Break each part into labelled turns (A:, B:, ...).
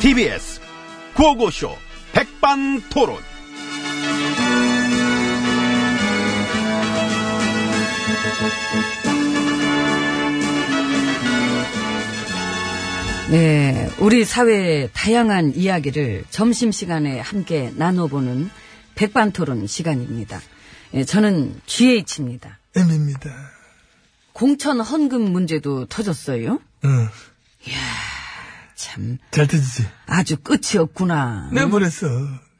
A: TBS 구호고쇼 백반토론.
B: 네, 우리 사회의 다양한 이야기를 점심시간에 함께 나눠보는 백반토론 시간입니다. 예, 저는 GH입니다.
C: M입니다.
B: 공천 헌금 문제도 터졌어요.
C: 응.
B: 참
C: 잘 듣지?
B: 아주 끝이 없구나.
C: 내가 보냈어.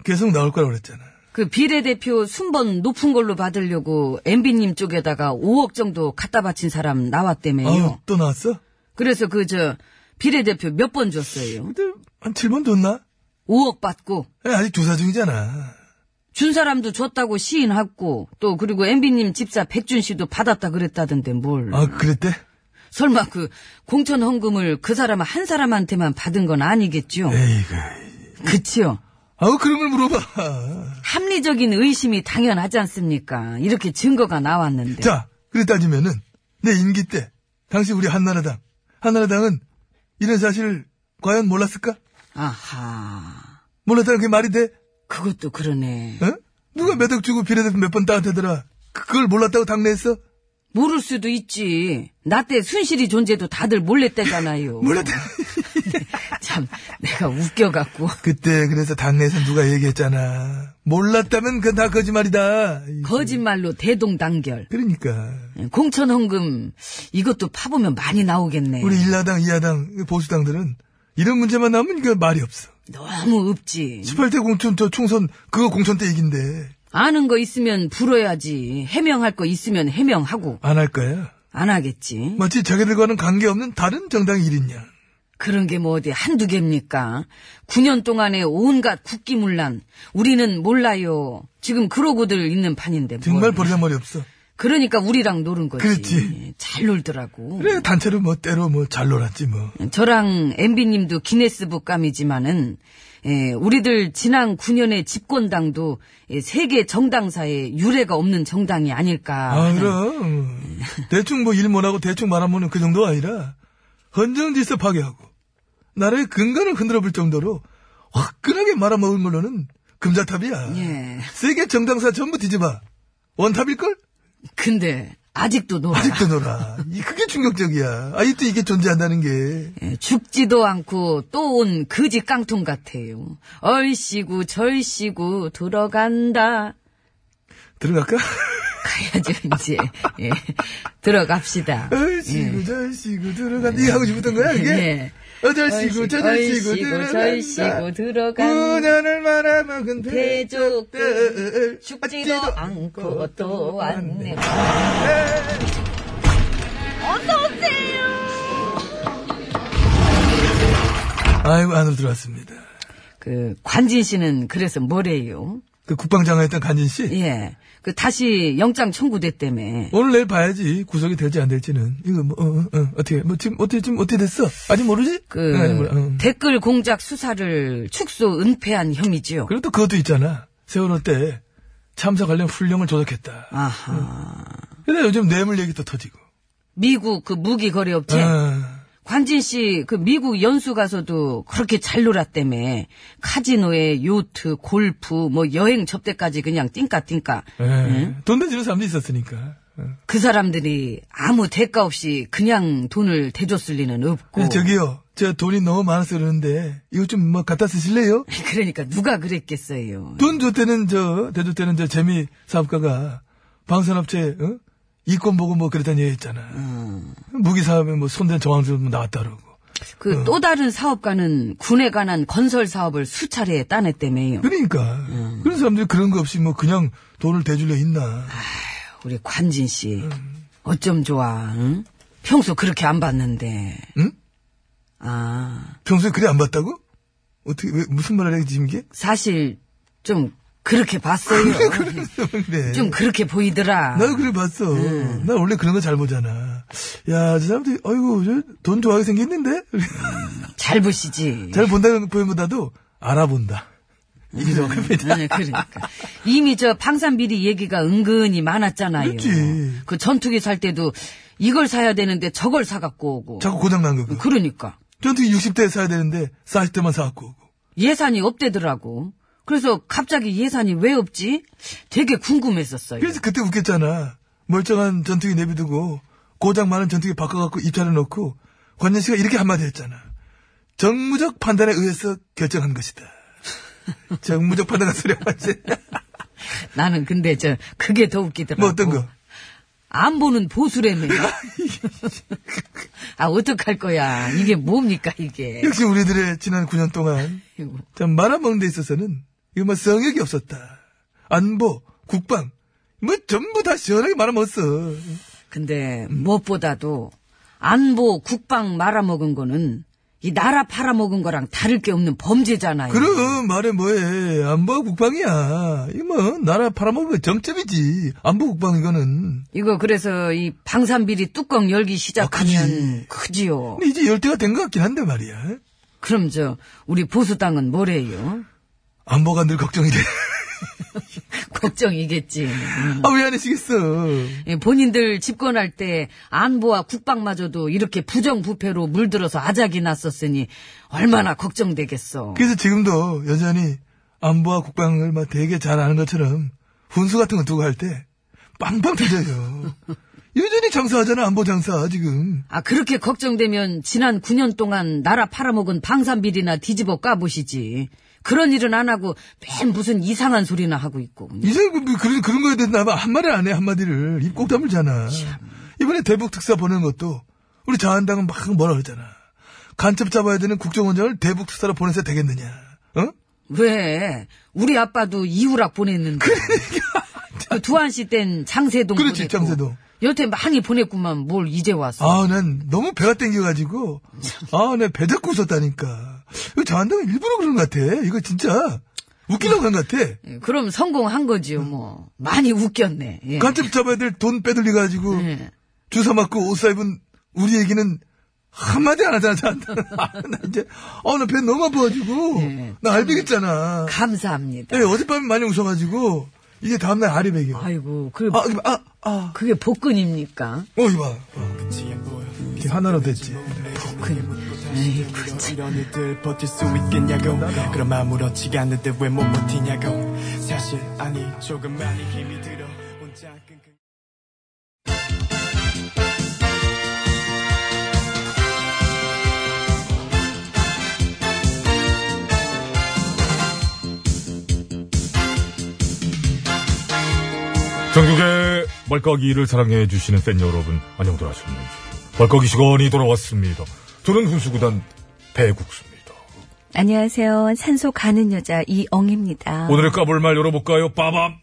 C: 계속 나올 거라고 그랬잖아.
B: 그 비례대표 순번 높은 걸로 받으려고 MB님 쪽에다가 5억 정도 갖다 바친 사람
C: 아우,
B: 나왔다며요.
C: 또 나왔어?
B: 그래서 그 저 비례대표 몇 번 줬어요.
C: 근데 한 7번 줬나?
B: 5억 받고
C: 야, 아직 조사 중이잖아.
B: 준 사람도 줬다고 시인하고 또 그리고 MB님 집사 백준 씨도 받았다 그랬다던데 뭘.
C: 아, 그랬대?
B: 설마 그 공천 헌금을 그 사람 한 사람한테만 받은 건 아니겠죠?
C: 에이그.
B: 그치요.
C: 아우, 그런 걸 물어봐.
B: 합리적인 의심이 당연하지 않습니까? 이렇게 증거가 나왔는데.
C: 자, 그래 따지면은, 내 임기 때, 당시 우리 한나라당, 한나라당은 이런 사실을 과연 몰랐을까?
B: 아하.
C: 몰랐다는 게 말이 돼?
B: 그것도 그러네.
C: 어? 누가 몇 억 주고 비례대표 몇 번 따한테더라. 그걸 몰랐다고 당내했어?
B: 모를 수도 있지. 나 때 순실이 존재도 다들 몰랐다잖아요.
C: 몰랐다.
B: 참, 내가 웃겨갖고.
C: 그때 그래서 당내에서 누가 얘기했잖아. 몰랐다면 그건 다 거짓말이다. 이거.
B: 거짓말로 대동단결.
C: 그러니까
B: 공천 헌금 이것도 파보면 많이 나오겠네.
C: 우리 일야당, 이야당, 보수당들은 이런 문제만 나오면 이거 말이 없어.
B: 음. 너무 없지.
C: 18대 공천 저 총선 그거 공천 때 얘긴데
B: 아는 거 있으면 불어야지. 해명할 거 있으면 해명하고.
C: 안 할 거야.
B: 안 하겠지.
C: 마치 자기들과는 관계없는 다른 정당 일인냐.
B: 그런 게 뭐 어디 한두 개입니까? 9년 동안의 온갖 국기문란. 우리는 몰라요. 지금 그러고들 있는 판인데. 뭘.
C: 정말 버리장머리 없어.
B: 그러니까 우리랑 노는 거지.
C: 그렇지.
B: 잘 놀더라고.
C: 그래 단체로 뭐 때로 뭐 잘 놀았지 뭐.
B: 저랑 MB님도 기네스북 감이지만은 예, 우리들 지난 9년의 집권당도 예, 세계 정당사에 유례가 없는 정당이 아닐까.
C: 아
B: 하는
C: 그럼 대충 뭐 일 못하고 대충 말하면 그 정도가 아니라 헌정질서 파괴하고 나라의 근간을 흔들어볼 정도로 화끈하게 말아먹은 걸로는 금자탑이야.
B: 예.
C: 세계 정당사 전부 뒤집어. 원탑일걸?
B: 근데 아직도 놀아.
C: 아직도 놀아. 이 그게 충격적이야. 아직도 이게 존재한다는 게.
B: 예, 죽지도 않고 또 온 거지 깡통 같아요. 얼씨구 절씨구 들어간다.
C: 들어갈까?
B: 가야죠 이제 예, 들어갑시다.
C: 얼씨구, 절씨구, 들어간다. 이 하고 싶었던 거야, 이게?
B: 예.
C: 어절씨구, 저절씨구,
B: 얼씨구,
C: 들어간다.
B: 절씨구, 들어간다.
C: 9년을 말아먹은
B: 대족들
C: 대족들.
B: 죽지도 않고 또 왔네.
C: 아이고, 안으로 들어왔습니다.
B: 그 관진 씨는 그래서 뭐래요?
C: 그 국방장관이었던 간진씨?
B: 예. 그 다시 영장 청구됐다며.
C: 오늘 내일 봐야지 구속이 될지 안 될지는 이거 뭐 어, 어, 어, 떻게뭐 지금 어떻게 지금 어떻게 됐어 아직 모르지? 어,
B: 그
C: 응, 아직 네, 뭐, 음. 몰라. 응.
B: 댓글 공작 수사를 축소 은폐한 혐의지요.
C: 그리고 또 그것도 있잖아 세월호 때 참사 관련 훈령을 조작했다.
B: 아하.
C: 근데 요즘 뇌물 얘기 또 터지고.
B: 미국 그 무기 거래업체
C: 아,
B: 관진 씨 그 미국 연수 가서도 그렇게 잘 놀았다며 카지노에 요트, 골프, 뭐 여행 접대까지 그냥 띵까띵까.
C: 예. 돈 내주는 사람도 있었으니까. 어.
B: 그 사람들이 아무 대가 없이 그냥 돈을 대줬을 리는 없고.
C: 네, 저기요, 저 돈이 너무 많아서 그러는데 이거 좀 뭐 갖다 쓰실래요?
B: 그러니까 누가 그랬겠어요.
C: 돈 줄 때는 저 대줄 때는 저 재미 사업가가 방산업체 어? 이권 보고 뭐 그랬다는 얘기 했잖아. 무기 사업에 뭐 손댄 정황들 뭐 나왔다 그러고.
B: 그 또 다른 사업가는 군에 관한 건설 사업을 수차례 따냈다며요.
C: 그러니까 그런 사람들이 그런 거 없이 뭐 그냥 돈을 대줄려 있나
B: 우리 관진 씨. 어쩜 좋아, 응? 평소 그렇게 안 봤는데.
C: 응?
B: 아,
C: 평소에 그래 안 봤다고? 어떻게 왜 무슨 말을 해 지금 이게?
B: 사실 좀 그렇게 봤어요.
C: 아, 그래
B: 좀 그렇게 보이더라.
C: 나도 그래 봤어 나 원래 그런 거 잘 보잖아 야 저 사람들이 아이고 저 돈 좋아하게 생겼는데
B: 잘 보시지.
C: 잘 본다는 표현보다도 알아본다 이게 정확합니다
B: 네, 그러니까. 이미 저 방산비리 얘기가 은근히 많았잖아요.
C: 그렇지.
B: 그 전투기 살 때도 이걸 사야 되는데 저걸 사갖고 오고.
C: 자꾸 고장난 거고
B: 그러니까.
C: 전투기 60대 사야 되는데 40대만 사갖고 오고
B: 예산이 없대더라고. 그래서 갑자기 예산이 왜 없지? 되게 궁금했었어요.
C: 그래서 그때 웃겼잖아. 멀쩡한 전투기 내비두고 고장 많은 전투기 바꿔갖고 입찰해 놓고 관년 씨가 이렇게 한마디 했잖아. 정무적 판단에 의해서 결정한 것이다. 정무적 판단한 소리 하지.
B: 나는 근데 저 그게 더 웃기더라고.
C: 그 뭐 어떤 거?
B: 안 보는 보수라며. 아 어떡할 거야. 이게 뭡니까 이게.
C: 역시 우리들의 지난 9년 동안
B: 아이고,
C: 참 말아먹는 데 있어서는 이거 뭐 성역이 없었다. 안보, 국방 뭐 전부 다 시원하게 말아먹었어.
B: 근데 무엇보다도 안보 국방 말아먹은 거는 이 나라 팔아먹은 거랑 다를 게 없는 범죄잖아요.
C: 그럼 말해 뭐해. 안보 국방이야. 이거 뭐 나라 팔아먹은 거 정점이지. 안보 국방 이거는.
B: 이거 그래서 이 방산비리 뚜껑
C: 아,
B: 열기 시작하면
C: 그지.
B: 크지요.
C: 근데 이제 열대가 된 것 같긴 한데 말이야.
B: 그럼 저 우리 보수당은 뭐래요?
C: 안보가 늘 걱정이 돼.
B: 걱정이겠지. 음.
C: 아, 왜 안 하시겠어.
B: 예, 본인들 집권할 때 안보와 국방마저도 이렇게 부정부패로 물들어서 아작이 났었으니 얼마나 걱정되겠어.
C: 그래서 지금도 여전히 안보와 국방을 막 되게 잘 아는 것처럼 훈수 같은 거 두고 할 때 빵빵 터져요. 여전히 장사하잖아, 안보 장사, 지금.
B: 아 그렇게 걱정되면 지난 9년 동안 나라 팔아먹은 방산비리나 뒤집어 까보시지. 그런 일은 안 하고 맨 무슨 이상한 소리나 하고 있고. 그냥.
C: 이제 그, 그- 그런, 그런 거에 대해서 아마 한마디를 안 해, 한마디를. 입 꼭 다물잖아. 이번에 대북 특사 보낸 것도 우리 자한당은 막 뭐라 그러잖아. 간첩 잡아야 되는 국정원장을 대북 특사로 보내서 되겠느냐. 어?
B: 왜? 우리 아빠도 이후락 보냈는데. 그 두한 씨 땐 장세동
C: 그러니까. 그렇지,
B: 보냈고.
C: 장세동.
B: 여태 많이 보냈구만 뭘 이제 와서.
C: 아, 난 너무 배가 땡겨가지고, 아, 내배 잡고 웃었다니까. 이거 자한당은 일부러 그런 것 같아. 이거 진짜 웃기려고 한 것 같아.
B: 예, 그럼 성공한 거지요,
D: 음.
B: 뭐. 많이 웃겼네. 예.
C: 간첩 잡아야 될 돈 빼돌려가지고,
B: 예.
C: 주사 맞고 옷 사입은 우리 얘기는 한마디 안 하잖아, 자한당. 아, 나 이제, 아, 나 배 너무 아파가지고,
B: 예.
C: 나 알배겠잖아.
B: 감사합니다.
C: 예, 어젯밤에 많이 웃어가지고, 이게 다음날 알이 배겨. 아,
B: 아이고, 그,
C: 이거 봐, 아, 아.
B: 그게 복근입니까?
C: 어, 이거 봐. 어, 이게 하나로 됐지.
B: 복근. 아이고, 참.
E: 이런 일들 버틸 수 있겠냐고 그럼 아무렇지 않은데 왜 못 버티냐고 사실 아니 조금 많이 힘이 들어 혼자 끙끙
D: 전국의 말까기를 사랑해주시는 팬 여러분, 안녕들 하셨는지. 말까기 시간이 돌아왔습니다. 저는 훈수구단 배국수입니다.
F: 안녕하세요. 산소 가는 여자 이엉입니다.
D: 오늘의 까볼 말 열어볼까요? 빠밤!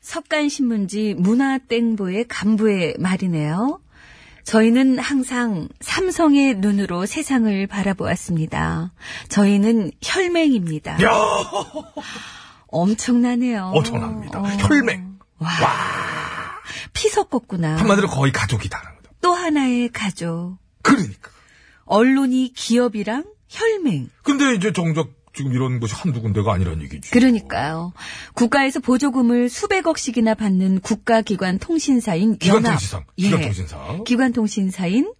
F: 석간신문지 문화땡보의 간부의 말이네요. 저희는 항상 삼성의 눈으로 세상을 바라보았습니다. 저희는 혈맹입니다.
D: 야
F: 엄청나네요.
D: 엄청납니다.
F: 어,
D: 혈맹.
F: 피 섞었구나.
D: 한마디로 거의 가족이다라는 거죠.
F: 또 하나의 가족.
D: 그러니까.
F: 언론이 기업이랑 혈맹.
D: 근데 이제 정작 지금 이런 것이 한두 군데가 아니란 얘기지.
F: 그러니까요. 국가에서 보조금을 수백억씩이나 받는 국가기관 통신사인 연합. 예.
D: 기관통신상. 기관통신상.
F: 기관통신사인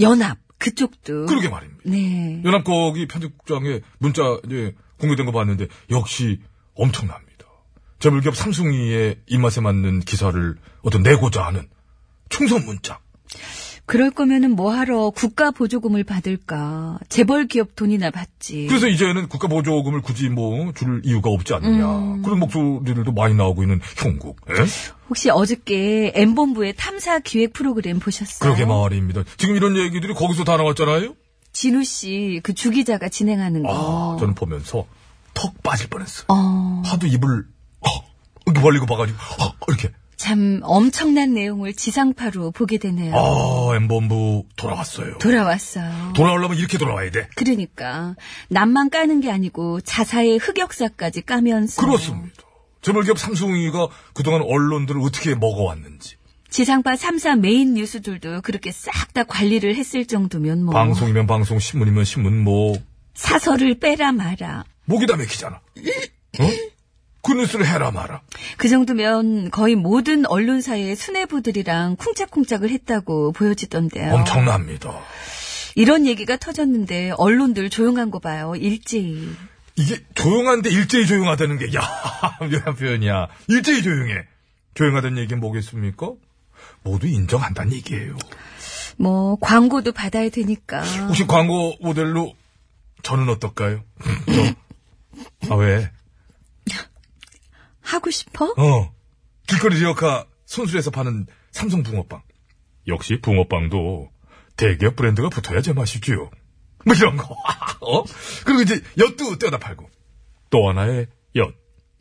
F: 연합. 그쪽도.
D: 그러게 말입니다.
F: 네.
D: 연합 거기 편집장에 문자 이제 공개된 거 봤는데 역시 엄청납니다. 재벌기업 삼성이의 입맛에 맞는 기사를 어떤 내고자 하는 충성 문자.
F: 그럴 거면은 뭐하러 국가 보조금을 받을까. 재벌 기업 돈이나 받지.
D: 그래서 이제는 국가 보조금을 굳이 뭐 줄 이유가 없지 않느냐 그런 목소리들도 많이 나오고 있는 형국. 예?
F: 혹시 어저께 M본부의 탐사 기획 프로그램 보셨어요?
D: 그러게 뭐. 말입니다. 지금 이런 얘기들이 거기서 다 나왔잖아요.
F: 진우 씨, 그 주기자가 진행하는
D: 아,
F: 거.
D: 저는 보면서 턱 빠질 뻔했어요.
F: 어,
D: 하도 입을 헉, 이렇게 벌리고 봐가지고 헉, 이렇게
F: 참 엄청난 내용을 지상파로 보게 되네요.
D: 아 엠본부 돌아왔어요.
F: 돌아왔어요.
D: 돌아오려면 이렇게 돌아와야 돼.
F: 그러니까 남만 까는 게 아니고 자사의 흑역사까지 까면서
D: 그렇습니다. 재벌기업 삼성이가 그동안 언론들을 어떻게 먹어왔는지
F: 지상파 3사 메인 뉴스들도 그렇게 싹 다 관리를 했을 정도면 뭐
D: 방송이면 방송 신문이면 신문 뭐
F: 사설을 빼라 마라
D: 목이 다 맥히잖아. 어? 그 뉴스를 해라 마라.
F: 그 정도면 거의 모든 언론사의 수뇌부들이랑 쿵짝쿵짝을 했다고 보여지던데요.
D: 엄청납니다.
B: 이런 얘기가 터졌는데 언론들 조용한 거 봐요. 일제히.
D: 이게 조용한데 일제히 조용하다는 게, 야, 묘한 표현이야. 일제히 조용해. 조용하다는 얘기는 뭐겠습니까? 모두 인정한다는 얘기예요.
B: 뭐 광고도 받아야 되니까.
D: 혹시 광고 모델로 저는 어떨까요? 저? 아, 왜?
B: 하고 싶어?
D: 어. 길거리 리어카 손수에서 파는 삼성 붕어빵. 역시 붕어빵도 대기업 브랜드가 붙어야 제맛이지요. 뭐 이런 거. 어? 그리고 이제 엿도 떼어다 팔고. 또 하나의 엿.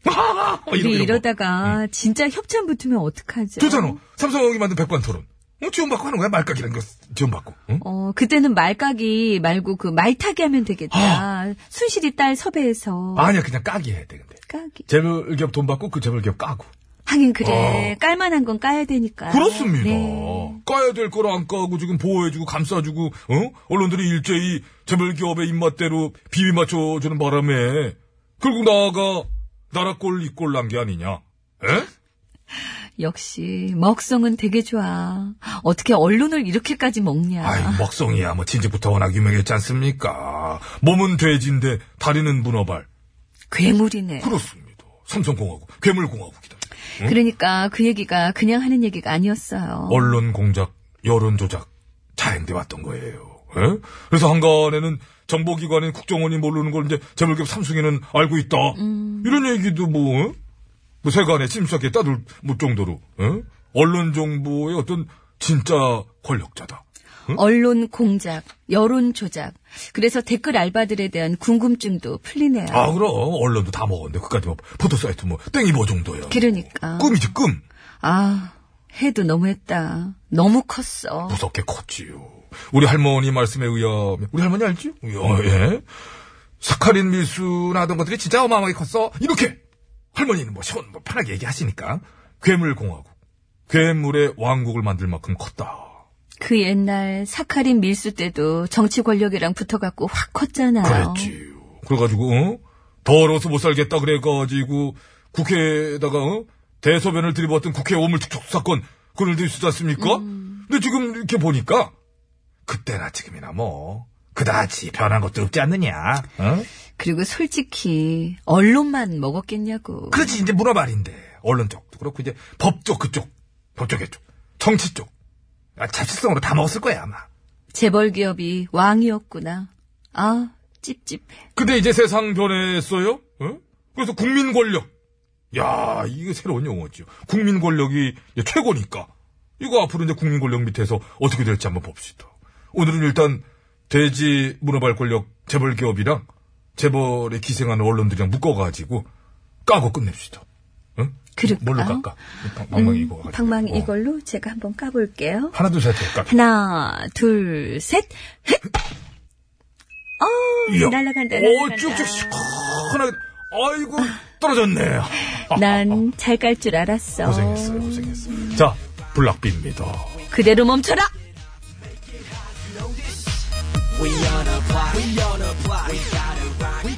D: 뭐 음. 이런,
B: 우리
D: 이런 거.
B: 이러다가 진짜 협찬 붙으면 어떡하죠?
D: 좋잖아. 삼성이 만든 백반 토론. 어, 지원받고 하는 거야? 말깍이라는 거 지원받고. 응?
B: 어, 그때는 말까기 말고 그 말타기 하면 되겠다. 순실이 딸 섭외해서.
D: 아. 아니야, 그냥 까기 해야 돼, 근데.
B: 까기.
D: 재벌기업 돈 받고 그 재벌기업 까고.
B: 하긴 그래. 깔만한 건 까야 되니까.
D: 아. 그렇습니다.
B: 네.
D: 까야 될 거를 안 까고 지금 보호해주고 감싸주고 어? 언론들이 일제히 재벌기업의 입맛대로 비위 맞춰주는 바람에 결국 나아가 나라 꼴 이꼴 난 게 아니냐? 에?
B: 역시 먹성은 되게 좋아. 어떻게 언론을 이렇게까지 먹냐.
D: 아이 먹성이야 뭐 진즉부터 워낙 유명했지 않습니까? 몸은 돼지인데 다리는 문어발
B: 괴물이네.
D: 그렇습니다. 삼성공화국 괴물공화국이다. 응?
B: 그러니까 그 얘기가 그냥 하는 얘기가 아니었어요.
D: 언론 공작, 여론 조작 자행돼 왔던 거예요. 예? 그래서 한간에는 정보기관인 국정원이 모르는 걸 이제 재벌기업 삼성에는 알고 있다. 이런 얘기도 뭐, 어? 뭐 세간에 심사하게 따돌 못 정도로 예? 언론 정보의 어떤 진짜 권력자다.
B: 언론 공작, 여론 조작. 그래서 댓글 알바들에 대한 궁금증도 풀리네요.
D: 아 그럼 언론도 다 먹었는데 그까지 뭐 포토사이트 뭐 땡이 뭐 정도야.
B: 그러니까.
D: 꿈이지 꿈.
B: 아, 해도 너무했다. 너무 컸어.
D: 무섭게 컸지요. 우리 할머니 말씀에 의하면 우리 할머니 알지? 어, 예. 사카린 밀수나 하던 것들이 진짜 어마어마하게 컸어. 이렇게 할머니는 뭐 시원 뭐 편하게 얘기하시니까 괴물 공화국, 괴물의 왕국을 만들 만큼 컸다.
B: 그 옛날 사카린 밀수 때도 정치 권력이랑 붙어갖고 확 컸잖아요.
D: 그랬지요. 그래가지고 어? 더러워서 못 살겠다 그래가지고 국회에다가 어? 대소변을 들이부었던 국회 오물축축 사건 그걸 들수 않습니까? 근데 지금 이렇게 보니까 그때나 지금이나 뭐 그다지 변한 것도 없지 않느냐. 어?
B: 그리고 솔직히 언론만 먹었겠냐고.
D: 그렇지 이제 문화발인데 언론 쪽도 그렇고 이제 법조 그쪽 법조계 쪽 정치 쪽 아, 잡식성으로 다 먹었을 거야 아마.
B: 재벌 기업이 왕이었구나. 아, 찝찝해.
D: 근데 이제 세상 변했어요. 어? 그래서 국민 권력. 야, 이거 새로운 용어죠. 국민 권력이 이제 최고니까. 이거 앞으로 이제 국민 권력 밑에서 어떻게 될지 한번 봅시다. 오늘은 일단 돼지 문어발 권력 재벌 기업이랑 재벌에 기생하는 언론들이랑 묶어가지고 까고 끝냅시다. 응?
B: 그럴까요? 음,
D: 뭘로 깎아? 방- 방망이 이거. 가지고.
B: 방망이
D: 어.
B: 이걸로 제가 한번 까볼게요.
D: 하나 둘셋 깎아.
B: 하나, 둘, 셋. 헥!
D: 이야.
B: 어, 날아간다,
D: 어,
B: 날아간다.
D: 쭉쭉 시원하게. 아이고 떨어졌네. 아,
B: 난 잘 깔 줄 알았어.
D: 고생했어요, 고생했어요. 자, 블락비입니다.
B: 그대로 멈춰라!
G: We on a block. We on a block. We gotta rock. We